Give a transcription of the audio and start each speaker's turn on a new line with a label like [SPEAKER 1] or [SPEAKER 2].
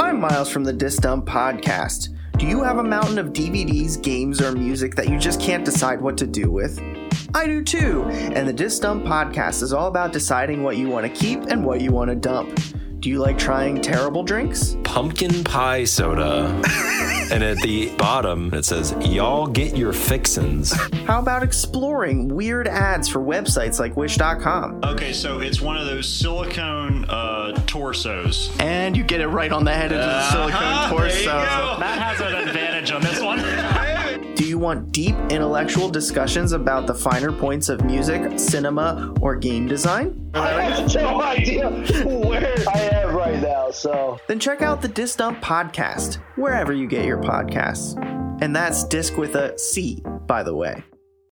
[SPEAKER 1] I'm Miles from the Disc Dump Podcast. Do you have a mountain of DVDs, games, or music that you just can't decide what to do with? I do too, and the Disc Dump Podcast is all about deciding what you want to keep and what you want to dump. Do you like trying terrible drinks?
[SPEAKER 2] pumpkin pie soda. and at the bottom, it says, Y'all get your fixins.
[SPEAKER 1] How about exploring weird ads for websites like Wish.com?
[SPEAKER 3] Okay, so it's one of those silicone uh, torsos. Ah,
[SPEAKER 1] And you get it right on the head into the silicone torso.
[SPEAKER 3] That has an advantage on this one.
[SPEAKER 1] Do you want deep intellectual discussions about the finer points of music, cinema, or game design?
[SPEAKER 4] I have no idea where I am right now, so
[SPEAKER 1] then check out the Disc Dump Podcast, wherever you get your podcasts. And that's disc with a C, by the way.